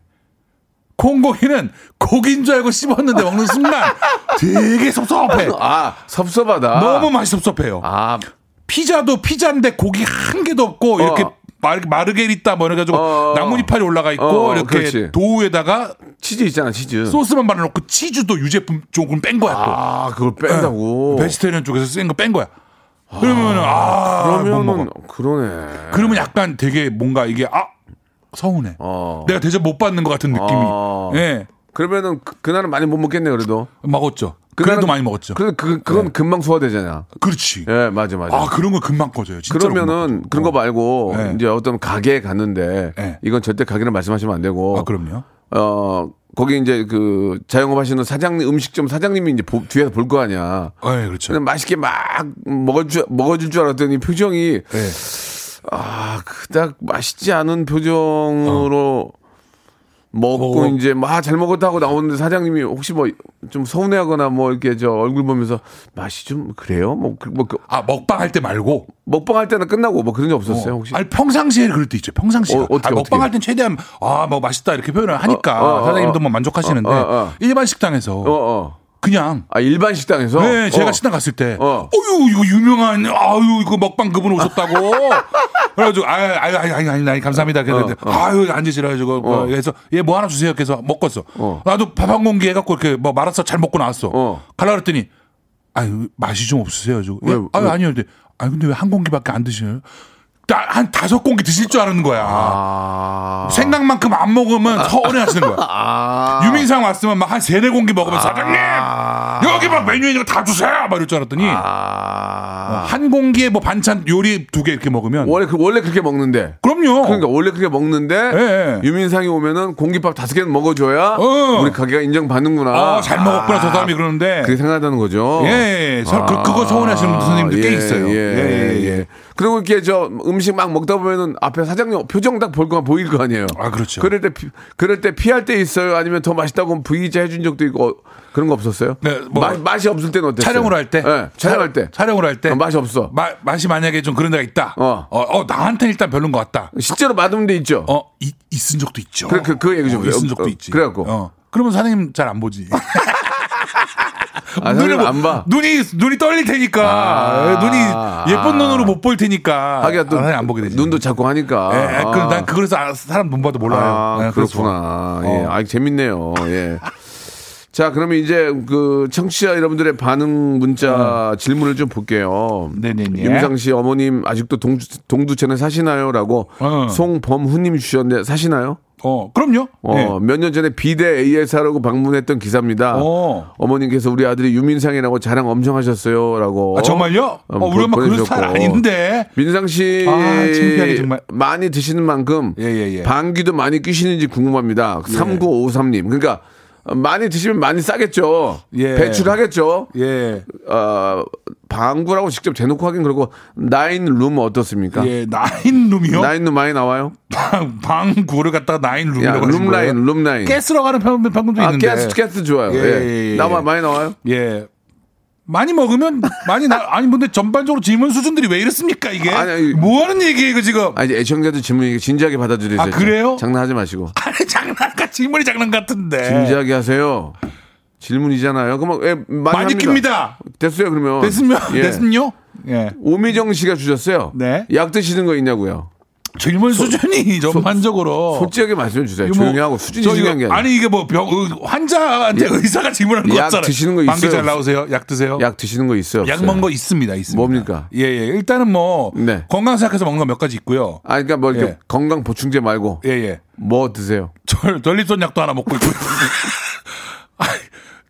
콩고기는 고기인 줄 알고 씹었는데 먹는 순간 되게 섭섭해.
아 섭섭하다.
너무 맛이 섭섭해요.
아
피자도 피자인데 고기 한 개도 없고 이렇게
어.
마- 마르게리따 뭐 이래가지고
어, 어.
나뭇잎알이 올라가 있고
어, 어,
이렇게
그렇지.
도우에다가
치즈 있잖아 치즈.
소스만 발라놓고 치즈도 유제품 조금 뺀 거야 또. 네.
아 그걸 뺀다고.
베지테리언 쪽에서 쓴 거 뺀 거야. 그러면은 아, 못 먹어.
그러면은 그러네.
그러면 약간 되게 뭔가 이게 아 서운해.
어.
내가 대접 못 받는 것 같은 느낌이.
아.
예.
그러면은 그, 그날은 많이 못 먹겠네 그래도.
먹었죠.
그날은-
그래도 많이 먹었죠.
그래
그,
그 그건 금방 소화되잖아.
렇지
예 맞아 맞아.
아 그런 거 금방 꺼져요. 진짜로 금방
그러면은
꺼져요.
그런 거 말고
네.
이제 어떤 가게에 갔는데
네.
이건 절대 가게를 말씀하시면 안 되고
아 그럼요.
어 거기 이제 그 자영업 하시는 사장님 음식점 사장님이 이제 보- 뒤에서 볼 거 아니야.
아 예, 그렇죠.
그냥 맛있게 막 먹어줄, 먹어줄 줄 알았더니 표정이
예.
아 그닥 맛있지 않은 표정으로 먹고
먹어.
이제 막 잘 먹었다 하고 나오는데 사장님이 혹시 뭐 좀 서운해하거나 뭐 이렇게 저 얼굴 보면서 맛이 좀 그래요? 뭐, 그- 뭐 그-
아 먹방 할 때 말고.
먹방 할 때는 끝나고 뭐 그런 적 없었어요 혹시?
아니 평상시에 그럴 때 있죠. 평상시에.
어, 어떻게,
아,
어떻게?
먹방 할 땐 최대한 아 뭐 맛있다 이렇게 표현을 하니까
어, 어, 어,
사장님도
어.
뭐 만족하시는데
어, 어, 어.
일반 식당에서
어 어.
그냥
아 일반 식당에서?
네, 제가
어.
식당 갔을 때,
어.
어. 유 이거 유명한, 아유, 이거 먹방 그분 오셨다고. 그래가지고, 아유, 아유, 아유, 아유, 아유, 아유
어,
감사합니다. 그랬는데, 아유, 앉으시라 해가지고, 뭐 그래서, 얘 뭐 하나 주세요. 그래서 먹었어. 나도 밥 한 공기 해갖고, 이렇게 뭐 말았어. 잘 먹고 나왔어.
어.
갈라 그랬더니, 아유, 맛이 좀 없으세요. 그래가지고, 예?
왜, 왜?
아유, 아니요. 근데, 아유, 근데 왜 한 공기밖에 안 드시나요? 나- 한 다섯 공기 드실 줄 아는 거야.
아.
생각만큼 안 먹으면 서운해 하시는 거야.
아.
유민상 왔으면 막 한 세네 공기 먹으면 사장님 여기 막 메뉴에 있는 거 다 주세요 막 이럴 줄 알았더니
아.
한 공기에 뭐 반찬 요리 두 개 이렇게 먹으면
원래 그 원래 그렇게 먹는데.
그럼요
그러니까 원래 그렇게 먹는데
어. 예, 예.
유민상이 오면은 공깃밥 다섯 개는 먹어줘야
어.
우리 가게가 인정받는구나.
아, 잘 먹었구나 저 사람이 그러는데
그게 생각하다는 거죠.
네.
아,
예, 예, 예. 서- 그- 그거 서운해하시는 분들 선생님들 꽤 있어요.
예,
예,
예,
예,
예. 그리고 이렇게 저 음식 막 먹다 보면은 앞에 사장님 표정 딱 볼 거 보일 거 아니에요.
아, 그렇죠.
그럴 때 피- 그럴 때 피할 때 있어요. 아니면 더 맛있다고 부의자 해준 적도 있고 어, 그런 거 없었어요?
네, 뭐
맛- 맛이 없을 때는 어땠어요?
촬영을 할 때,
예, 촬영할 때.
촬영을 할 때
어, 맛이 없어.
마- 맛이 만약에 좀 그런 데가 있다.
어.
어, 어, 나한테 일단 별론 것 같다.
실제로 맛없는 데 있죠.
어, 이- 있은 적도 있죠.
그래, 그- 그 얘기 좀
어,
해요.
있은
어,
적도 있지.
그래갖고.
어. 그러면 사장님 잘 안 보지.
아,
눈을
선생님
못-
안 봐.
눈이 눈이 떨릴 테니까
아.
눈이 예쁜 눈으로 못 볼 테니까
하기야 또
아, 안 보게 되지.
눈도 작고 하니까.
예, 예, 그럼 난 그래서 아, 사람 눈 봐도 몰라요.
아,
예, 그래서
그렇구나.
좋아.
예,
어.
아, 재밌네요. 예. 자, 그러면 이제 그 청취자 여러분들의 반응 문자 질문을 좀 볼게요.
네. 네네네.
윤상 씨 어머님 아직도 동두, 동두천에 사시나요라고
어.
송범훈님 주셨는데 사시나요?
어, 그럼요.
어,
예.
몇 년 전에 비대 AS하라고 방문했던 기사입니다.
어.
머님께서 우리 아들이 유민상이라고 자랑 엄청 하셨어요라고.
아, 정말요?
어,
어, 우리 엄마 그런
보내주셨고.
스타일 아닌데.
민상 씨
아, 창피하게 정말.
많이 드시는 만큼
예, 예, 예.
방귀도 많이 끼시는지 궁금합니다. 3953님. 그러니까 많이 드시면 많이 싸겠죠.
예.
배출하겠죠.
예.
어, 방구라고 직접 대놓고 하긴 그렇고 나인 룸 어떻습니까?
예, 나인 룸이요?
나인 룸 많이 나와요?
방, 방구를 갖다가 나인
야,
룸이라고 하신
룸
거예요?
라인, 룸 라인.
가스러 가는 방- 방금도
아,
있는데.
가스, 가스 좋아요.
예,
예,
예, 예.
나와 많이 나와요?
예. 많이 먹으면 많이 나 아니 근데 전반적으로 질문 수준들이 왜 이렇습니까 이게?
아니, 아니.
뭐 하는 얘기예요 이거 지금?
아, 이제 애청자들 질문 이게 진지하게 받아들이세요.
아, 그래요?
장난하지 마시고.
아니 예. 장난가 질문이 장난 같은데.
진지하게 하세요. 질문이잖아요. 그럼 예, 많이,
많이
합니다. 됐어요, 그러면.
됐으면
예.
됐으면요? 예.
오미정 씨가 주셨어요.
네.
약 드시는 거 있냐고요.
질문 수준이 전반적으로
솔직하게 말씀해 주세요.
이거 뭐-
조용히 하고 수준이
저 이거-
중요한 게 아니에요.
아니 이게 뭐 병, 어, 환자한테 의사가 질문하는
약
거잖아요.
드시는 거 있어요?
방귀 잘 나오세요? 약 드세요?
약 드시는 거 있어요.
약
없어요?
먹은 거 있습니다. 있습니다.
뭡니까?
예, 예. 일단은 뭐
네.
건강 생각해서 먹는 거 몇 가지 있고요.
아, 그러니까 뭐 이렇게
예.
건강 보충제 말고
예, 예.
뭐 드세요?
절 전립선 약도 하나 먹고 있고요. 아이,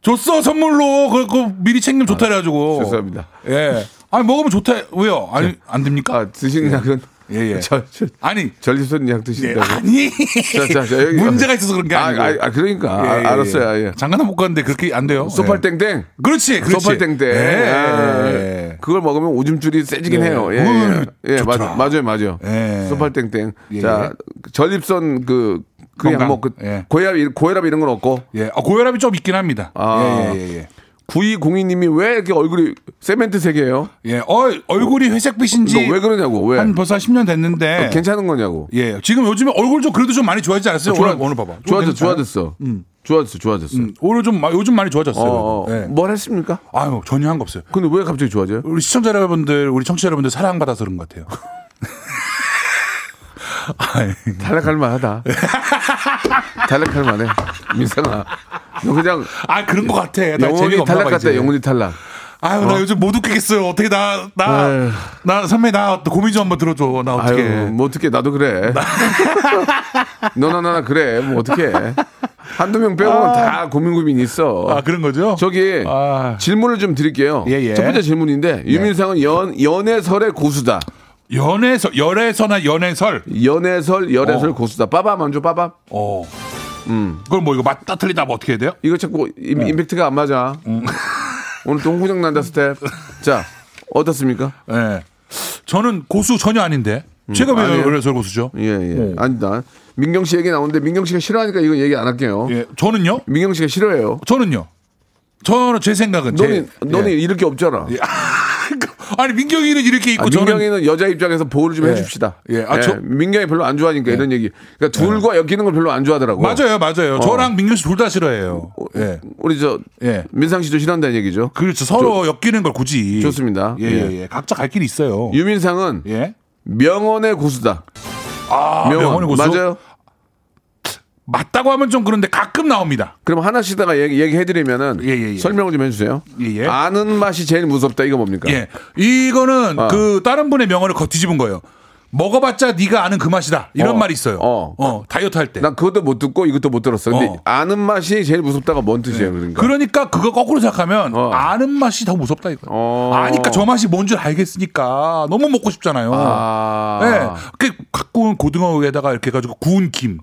줬어 선물로 그거 미리 챙기면 좋다 그래가지고.
아, 죄송합니다.
예. 아니 먹으면 좋다 왜요? 아니 안 됩니까?
아, 드시는 약은
예, 예.
저, 저,
아니
전립선 약
예,
드신다고.
아니
자, 자, 자, 여기-
문제가 있어서 그런 게
아,
예, 아니고.
아, 아, 그러니까
예,
아,
예,
알았어요. 아, 예.
장가는 못 갔는데 그렇게 안 돼요. 예.
소팔땡땡.
그렇지, 그렇지.
소팔땡땡.
예,
아,
예.
그걸 먹으면 오줌줄이 세지긴
예.
해요. 예,
음,
예. 예 맞,
좋더라.
맞아요, 맞아요.
예.
소팔땡땡.
예.
자, 전립선 그, 그 약
건강.
먹고,
예.
고혈압, 고혈압 이런 건 없고,
예. 아, 고혈압이 좀 있긴 합니다.
아.
예, 예, 예, 예.
9202님이 왜 이렇게 얼굴이 세멘트 색이에요?
예, 어, 얼굴이 회색빛인지
너 왜 그러냐고, 왜?
한 벌써 10년 됐는데
괜찮은 거냐고.
예, 지금 요즘에 얼굴 좀 그래도 좀 많이 좋아지지 않았어요? 오늘, 오늘 봐봐. 좀
좋아졌어,
괜찮아요?
좋아졌어. 좋아졌어, 좋아졌어.
음, 오늘 좀 마- 요즘 많이 좋아졌어요.
어, 어.
예.
뭘 했습니까?
아유 전혀 한 거 없어요.
근데 왜 갑자기 좋아져요?
우리 시청자 여러분들, 우리 청취자 여러분들 사랑받아서 그런 것 같아요. 아이,
탈락할 만하다. 탈락할 만해. 민상아. 너 그냥
아 그런 것 같아. 나
영혼이
재미가 없나
탈락
봐,
같다,
이제.
영혼이 탈락.
아유 나 요즘 못 웃기겠어요. 어떻게 나 나
아유.
나 선배 나 고민 좀 한번 들어줘. 나 어떻게?
네. 아유, 뭐 어떻게 나도 그래. 너나 나나 그래. 뭐 어떻게? 한두 명 빼고는 다 고민 고민 있어.
아 그런 거죠?
뭐. 저기
아.
질문을 좀 드릴게요.
예, 예.
첫 번째 질문인데 유민상은 연 연애설의 고수다.
연애설, 열애서나 연애설.
연애설 열애설
어.
고수다. 빠밤 안줘 빠밤.
어.
음.
그럼 뭐 이거 맞다 틀리다 뭐 어떻게 해야 돼요?
이거 자꾸 임,
네.
임팩트가 안 맞아.
음.
오늘 또 홍구장 난다 스텝. 자 어떻습니까?
예. 저는 고수 전혀 아닌데. 제가 왜
음. 아니에요?
연애설 고수죠?
예
네.
예. 아니다. 민경 씨 얘기 나오는데 민경 씨가 싫어하니까 이건 얘기 안 할게요.
예, 저는요?
민경 씨가 싫어해요.
저는요. 저는 제 생각은
너는
제,
너는
예.
이렇게 없잖아.
아니 민경이는 이렇게
아,
있고 뭐 저는
민경이는 여자 입장에서 보호를 좀 해줍시다.
예, 아, 저- 예.
민경이 별로 안 좋아하니까 이런 얘기. 그러니까 둘과 엮이는 걸 별로 안 좋아하더라고.
맞아요,
어.
맞아요. 저랑 민경 씨 둘 다 싫어해요. 예,
우리 저
예.
민상 씨도 싫어한다는 얘기죠.
그렇죠. 서로 엮이는 걸 굳이
좋습니다.
예, 예, 예. 각자 갈 길이 있어요.
유민상은
예,
명언의 고수다.
아, 명언의 고수
맞아요.
맞다고 하면 좀 그런데 가끔 나옵니다.
그럼 하나씩다가 얘기, 얘기해드리면은
예, 예, 예.
설명을 좀 해주세요.
예, 예.
아는 맛이 제일 무섭다. 이거 뭡니까?
예, 이거는
아.
그 다른 분의 명언을 거 뒤집은 거예요. 먹어봤자 네가 아는 그 맛이다. 이런
어,
말이 있어요.
어.
어, 다이어트 할 때.
난 그것도 못 듣고 이것도 못 들었어. 근데
어.
아는 맛이 제일 무섭다가 뭔 뜻이에요? 그러니까.
그러니까 그거 거꾸로 생각하면
어.
아는 맛이 더 무섭다 이거.
어.
요 아니까 저 맛이 뭔 줄 알겠으니까 너무 먹고 싶잖아요.
아.
예. 그 갖고 온 고등어에다가 이렇게 해 가지고 구운 김.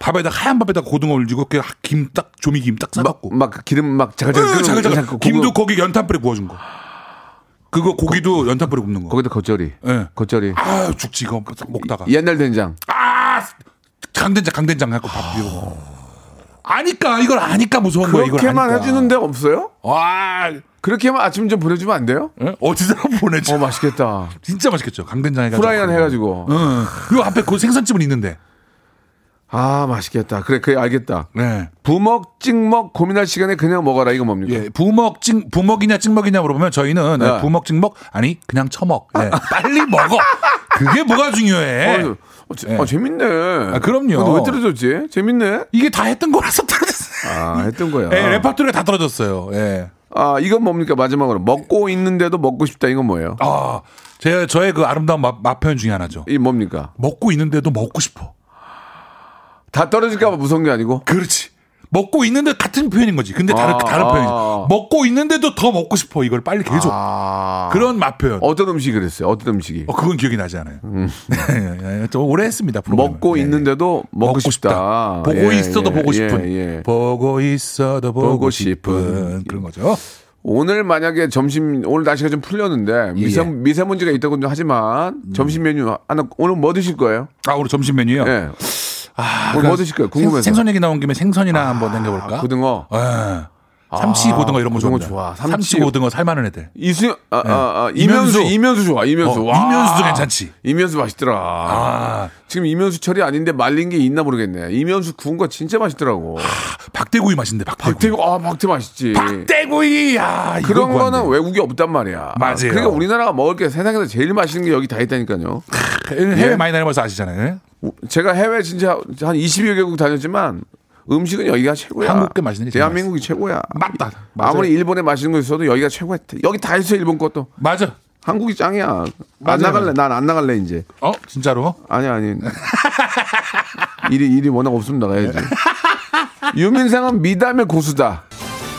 밥에다 하얀 밥에다가 고등어 올리고 그김딱 조미김 딱 싸갖고.
막 기름 막
으,
자글자글
잠깐 잠깐.
끓고
예, 김도 거기 연탄불에 구워준 거. 그거 고기도 연탄불에 굽는 거.
거기다 겉절이.
예.
겉절이.
아 죽지 이거 딱 먹다가.
옛날 된장.
아 강된장 강된장 갖고 밥 비워. 먹어. 아니까 이걸 아니까 무서운 거야 이걸
그렇게만
아니까.
해주는 데 없어요?
와
그렇게만 아침 좀 보내주면 안 돼요?
예? 어디서 보내줘.
어 맛있겠다.
진짜 맛있겠죠. 강된장 해가지고. 그
후라이한 해가지고.
응. 요 앞에 그 생선집은 있는데.
아 맛있겠다. 그래 그래 알겠다.
네.
부먹 찍먹 고민할 시간에 그냥 먹어라 이거 뭡니까?
예, 부먹 찍 부먹이냐 찍먹이냐 물어보면 저희는
네.
부먹 찍먹 아니 그냥 처먹. 예, 빨리 먹어. 그게 뭐가 중요해?
어, 어, 재-
예.
어, 재밌네. 아,
그럼요.
근데 왜 떨어졌지? 재밌네.
이게 다 했던 거라서 떨어졌어요.
아 했던 거야.
예, 레파토리가 다 떨어졌어요. 예.
아 이건 뭡니까 마지막으로 먹고 있는데도 먹고 싶다 이건 뭐예요?
아, 제 저의 그 아름다운 맛, 맛 표현 중에 하나죠.
이 뭡니까?
먹고 있는데도 먹고 싶어.
다 떨어질까봐 무서운 게 아니고
그렇지. 먹고 있는데 같은 표현인 거지. 근데 다른
아,
다른
아.
표현이지. 먹고 있는데도 더 먹고 싶어. 이걸 빨리 계속
아
그런 맛 표현. 어,
어떤 음식이 그랬어요? 어떤 음식이?
그건 기억이 나지 않아요. 예, 예, 좀 오래 했습니다. 프로그램을.
먹고
예, 예.
있는데도 먹고, 싶다.
보고
예,
있어도
예,
보고
예,
싶은.
예.
보고 있어도 보고,
보고
싶은
싶은.
그런 거죠.
오늘 만약에 점심 오늘 날씨가 좀
예,
풀렸는데 미세, 미세먼지가 있다고 는 하지만 점심 메뉴 하나 오늘 뭐 드실 거예요?
음. 아 오늘 점심 메뉴요.
예.
아,
오늘
그냥
뭐 드실 거예요?
생-
궁금해서. 아,
생선 얘기 나온 김에 생선이나 한번 당겨볼까?
고등어. 아,
예. 삼치 고등어 이런 거
고등어
좋아합니다.
좋아. 삼치-
삼치, 고등어 살만한 애들.
이수 아, 아, 아,
예.
이면수
이면수.
이면수 좋아 이면수
어,
와.
이면수도 괜찮지.
이면수 맛있더라.
아,
지금 이면수 철이 아닌데 말린 게 있나 모르겠네. 이면수 구운 거 진짜 맛있더라고.
아, 박대구이 맛인데 박대구이.
박태구 아 박태 맛있지.
박대구이. 야, 이거
그런
구한대.
거는 외국이 없단 말이야.
맞아요.
그러니까 우리나라가 먹을 게 세상에서 제일 맛있는 게 여기 다 있다니까요.
해외
예?
많이 다녀봐서 아시잖아요.
제가 해외 진짜 한 20여 개국 다녔지만 음식은 여기가 최고야.
한국 게 맛있는 게 제일
대한민국이 최고야.
맞다. 맞아요.
아무리 일본에 맛있는 거 있어도 여기가 최고야. 여기 다 있어 일본 것도.
맞아.
한국이 짱이야. 안
맞아요.
나갈래. 난 안 나갈래 이제.
어 진짜로?
아니 아니. 일이 일이 워낙 없으면 나가야지. 유민상은 미담의 고수다.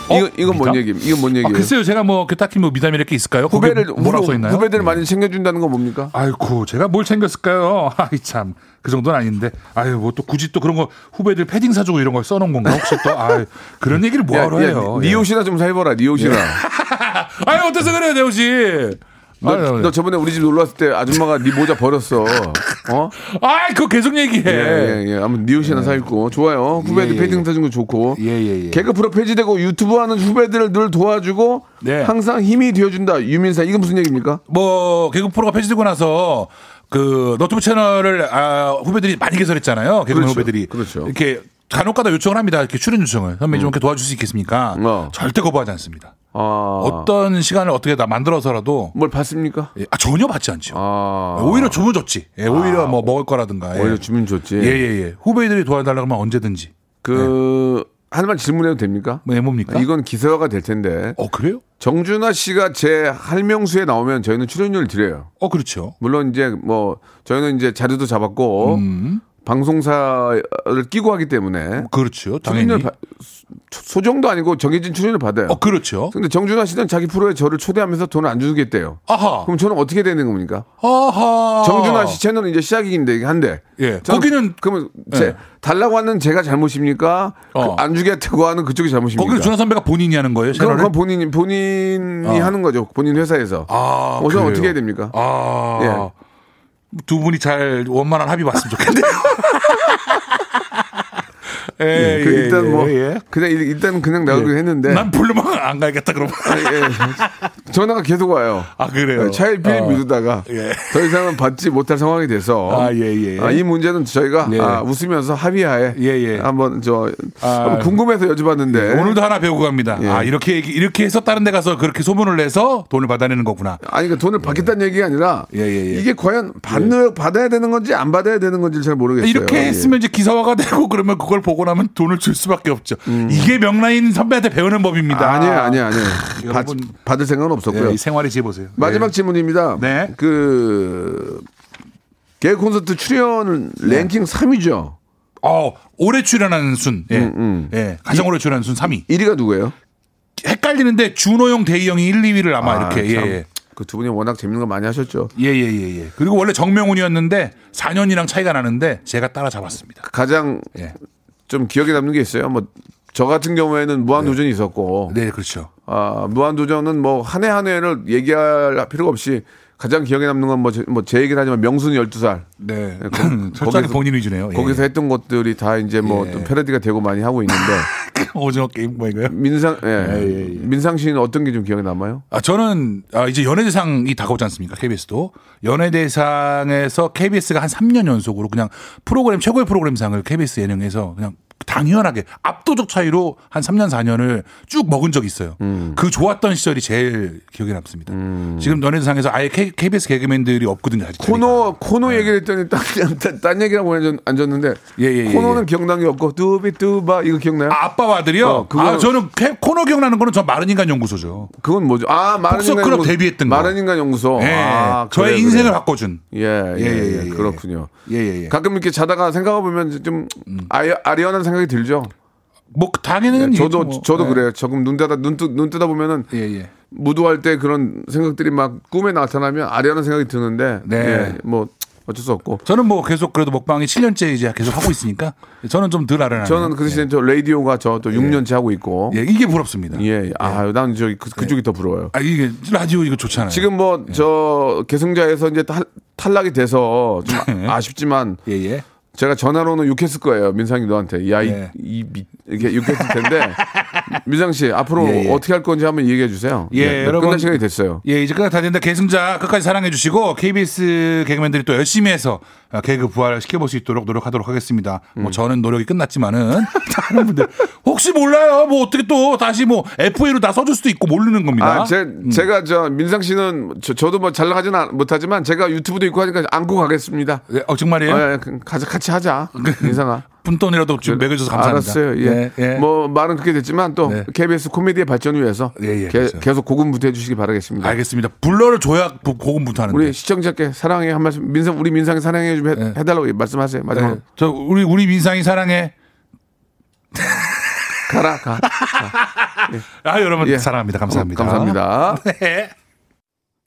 어?
이거 이건 뭔
미담?
얘기? 이건 뭔
아,
얘기예요?
글쎄요, 제가 뭐 그 딱히 뭐 미담이 이렇게 있을까요? 거기에
후배를
뭐라고
후배,
써 있나요? 네.
후배들 많이 챙겨준다는 건 뭡니까?
아이고 제가 뭘 챙겼을까요? 아이 참 그 정도는 아닌데 아유 뭐 또 굳이 또 그런 거 후배들 패딩 사주고 이런 거 써놓은 건가 혹시 또 아유 그런 얘기를 뭐하러 해요?
니
예.
옷이나 좀 사입어라. 니 옷이나.
아유 어때서 그래요 대호 씨?
너,
아유,
너 저번에 우리 집 놀러 왔을 때 아줌마가 네 모자 버렸어. 어?
아이 그거 계속 얘기해.
예, 예, 예. 아무튼 네 옷이나 사입고. 좋아요. 후배들
예, 예,
패딩
예.
사준 거 좋고.
예, 예, 예.
개그 프로 폐지되고 유튜브 하는 후배들을 늘 도와주고
네.
항상 힘이 되어준다. 유민상. 이건 무슨 얘기입니까?
뭐 개그 프로가 폐지되고 나서 그 너튜브 채널을 아, 후배들이 많이 개설했잖아요. 개그
그렇죠.
후배들이
그렇죠. 음.
이렇게 간혹가다 요청을 합니다. 이렇게 출연 요청을 선배 좀 이렇게 도와줄 수 있겠습니까?
어.
절대 거부하지 않습니다.
아,
어떤 시간을 어떻게 다 만들어서라도
뭘 봤습니까?
예, 어? 아, 전혀 받지 않죠.
아.
오히려 주면 좋지. 예, 오히려 뭐 먹을 거라든가. 예.
오히려 주면 좋지.
예, 예, 예. 후배들이 도와달라고 하면 언제든지.
그, 하나만 질문해도 됩니까?
뭐, 예, 뭡니까?
이건 기사화가 될 텐데.
어, 그래요?
정준하 씨가 제 할명수에 나오면 저희는 출연료를 드려요.
어, 그렇죠.
물론 이제 뭐 저희는 이제 자료도 잡았고
음.
방송사를 끼고 하기 때문에 출연료
그렇죠. 당연히.
소정도 아니고 정해진 출연료 받아요.
어, 그렇죠.
근데 정준하 씨는 자기 프로에 저를 초대하면서 돈을 안 주겠대요.
아하.
그럼 저는 어떻게 되는 겁니까?
아하. 어,
정준하 씨 채널은 이제 시작인데 한데.
예,
저는
거기는-
그러면 제-
예.
달라고 하는 제가 잘못입니까? 그
어.
안 주겠다고 하는 그쪽이 잘못입니까?
거기를 준하 선배가 본인이 하는 거예요,
그럼
채널을?
그건 본인이 본인이 하는 거죠. 본인 회사에서.
아,
우선
그래요?
어떻게 해야 됩니까?
아.
예.
두 분이 잘 원만한 합의 봤으면 좋겠네요. 예, 예,
그 일단
예,
뭐 네.
예.
그냥 일- 일단 그냥 나가기로 했는데
난 불러만 안 가야겠다, 그러면.
예, 전화가 계속 와요.
아, 그래요?
네, 차일피일
어.
미루다가
예.
더 이상은 받지 못할 상황이 돼서
아, 예, 예.
아, 이 문제는 저희가
예.
아, 웃으면서 합의하에
예, 예.
한번 저
아. 예,
한번 궁금해서 여쭤봤는데
오늘도 하나 배우고 갑니다.
네. 예.
아 이렇게 얘기- 이렇게 해서 다른 데 가서 그렇게 소문을 내서 돈을 받아내는 거구나.
아니 그러니까 돈을 받겠다는 얘기가 아니라
예, 예, 예.
이게 과연 받는 받아야 되는 건지 안 받아야 되는 건지 잘 모르겠어요.
이렇게
예.
했으면 이제 기사화가 되고 그러면 그걸 보고 나면 돈을 줄 수밖에 없죠. 이게 명라인 선배한테 배우는 법입니다.
음. 아니에요, 아니에요, 아니에요. 받,
여러분.
받을 생각은 없었고요.
예, 이 생활의 지혜 보세요.
마지막 질문입니다.
네.
그 개그 콘서트 출연
네.
랭킹 3위죠.
예. 어 올해 출연한 순,
음,
예, 예. 가장 오래 출연한 순 3위.
1위가 누구예요?
헷갈리는데 준호 형, 대희 형이 1, 2위를 아마 이렇게 예, 예.
그 두 분이 워낙 재밌는 거 많이 하셨죠.
예, 예, 예, 예. 그리고 원래 정명훈이었는데 4년이랑 차이가 나는데 제가 따라잡았습니다.
가장
예.
좀 기억에 남는 게 있어요. 뭐 저 같은 경우에는 무한도전이 있었고,
네, 그렇죠.
아 무한도전은 뭐 한 해 한 해를 얘기할 필요가 없이 가장 기억에 남는 건 뭐 제 얘기를 하지만 명순이 12살.
네.
거- 거기서-
철저하게 본인 위주네요. 예.
거기서 했던 것들이 다 이제 뭐또 패러디가 되고 많이 하고 있는데
오징어 게임 뭐 이거요?
민상 예. 민상 씨는 어떤 게 좀 기억에 남아요?
아, 저는 아, 이제 연예대상이 다가오지 않습니까? KBS도. 연예대상에서 KBS가 한 3년 연속으로 그냥 프로그램 최고의 프로그램상을 KBS 예능에서 그냥 당연하게 압도적 차이로 한 3년 4년을 쭉 먹은 적이 있어요.
음.
그 좋았던 시절이 제일 기억에 남습니다. 지금 연예대상에서 아예 K, KBS 개그맨들이 없거든요. 아직
코너 코너 얘기를 했더니 딴, 딴, 딴 얘기라고 앉았- 앉았는데
예, 예, 예,
코너는 기억난 게 없고 뚜비뚜바 이거 기억나요?
아, 아빠와 아들이요.
어, 그거는-
아, 저는 캐- 코너 기억나는 거는 저 마른 인간 연구소죠.
그건 뭐죠? 아 마른
폭소
인간
클럽
연구소.
데뷔했던 거.
마른 인간 연구소.
예.
아,
저의
그래,
인생을
그래.
바꿔준.
예, 예, 예,
예, 예, 예.
그렇군요.
예, 예, 음. 예.
가끔 이렇게 자다가 생각해 보면 좀 아리, 아리한한 생각이 들죠.
뭐 당연히
네, 저도
뭐,
저도
예.
그래요. 조금 눈 뜨다 눈뜨눈 뜨다 보면은
예, 예.
무도할 때 그런 생각들이 막 꿈에 나타나면 아리하는 생각이 드는데
네.
예, 뭐 어쩔 수 없고
저는 뭐 계속 그래도 먹방이 7년째 이제 계속 하고 있으니까 저는 좀 덜 아련하네요.
저는 그 대신에 저 라디오가 저 또 6년째 하고 있고
예, 이게 부럽습니다.
예, 아, 난 저기 그, 그쪽이 더 부러워요.
아 이게 라디오 이거 좋잖아요.
지금
예.
뭐 저 계승자에서 이제 탈, 탈락이 돼서 좀 아- 아쉽지만
예, 예.
제가 전화로는 욕했을 거예요 민상이 너한테 야이
예.
이, 미- 이렇게 욕했을 텐데 민상 씨 앞으로
예, 예.
어떻게 할 건지 한번 얘기해 주세요.
예,
네,
여러분.
끝날 시간이 됐어요.
예, 이제 끝까지 다 됐는데 계승자 끝까지 사랑해 주시고 KBS 개그맨들이 또 열심히 해서 아, 개그 부활 시켜볼 수 있도록 노력하도록 하겠습니다.
음.
뭐 저는 노력이 끝났지만은 다른 분들 혹시 몰라요. 뭐 어떻게 또 다시 뭐 FA로 다 써줄 수도 있고 모르는 겁니다.
아, 제,
음.
제가 저 민상 씨는 저, 저도 뭐 잘 나가진 않- 못하지만 제가 유튜브도 있고 하니까 안고 가겠습니다.
네, 어 정말이에요.
아, 예, 그, 가자 같이 하자. 민상아.
분돈이라도 지금 매겨줘서 감사합니다.
알았어요. 예.
예, 예.
뭐 말은 그렇게 됐지만 또
네.
KBS 코미디의 발전을 위해서
예, 예,
게-
그렇죠.
계속 고군부태해 주시기 바라겠습니다.
알겠습니다. 불러를 줘야 고- 고군분투하는데.
우리 시청자께 사랑해 한 말씀 민상 우리 민상이 사랑해 좀 해,
네.
달라고 말씀하세요. 마지막
네.
으로
저 우리 우리 민상이 사랑해.
가라 가.
아 여러분
예.
사랑합니다. 감사합니다.
어, 감사합니다.
네.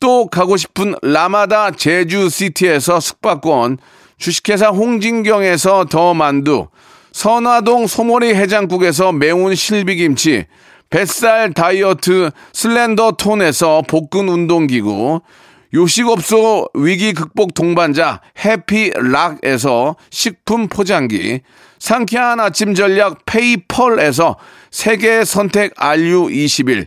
또 가고 싶은 라마다 제주시티에서 숙박권 주식회사 홍진경에서 더 만두 선화동 소머리 해장국에서 매운 실비김치, 뱃살 다이어트 슬렌더 톤에서 복근 운동기구, 요식업소 위기 극복 동반자 해피락에서 식품 포장기, 상쾌한 아침 전략 페이펄에서 세계 선택 RU21,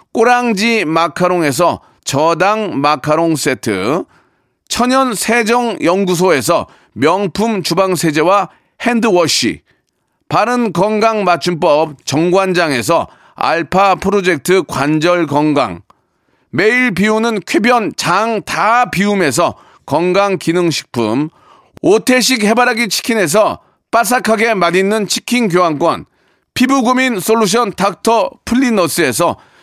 꼬랑지 마카롱에서 저당 마카롱 세트, 천연 세정 연구소에서 명품 주방 세제와 핸드워시, 바른 건강 맞춤법 정관장에서 알파 프로젝트 관절 건강, 매일 비우는 쾌변 장 다 비움에서 건강 기능 식품, 오태식 해바라기 치킨에서 바삭하게 맛있는 치킨 교환권, 피부 고민 솔루션 닥터 플리너스에서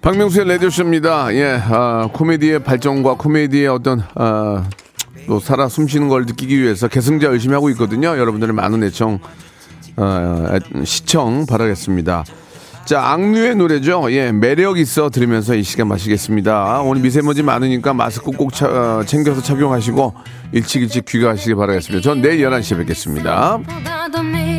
박명수의 라디오쇼입니다. 예, 아, 코미디의 발전과 코미디의 어떤, 아, 또 살아 숨쉬는 걸 느끼기 위해서 개승자 열심히 하고 있거든요. 여러분들의 많은 애청, 아, 애- 시청 바라겠습니다. 자, 악뮤의 노래죠. 예, 매력 있어 들으면서 이 시간 마시겠습니다. 오늘 미세먼지 많으니까 마스크 꼭 차- 어, 챙겨서 착용하시고 일찍 일찍 귀가하시기 바라겠습니다. 전 내일 11시에 뵙겠습니다.
보다 더 매력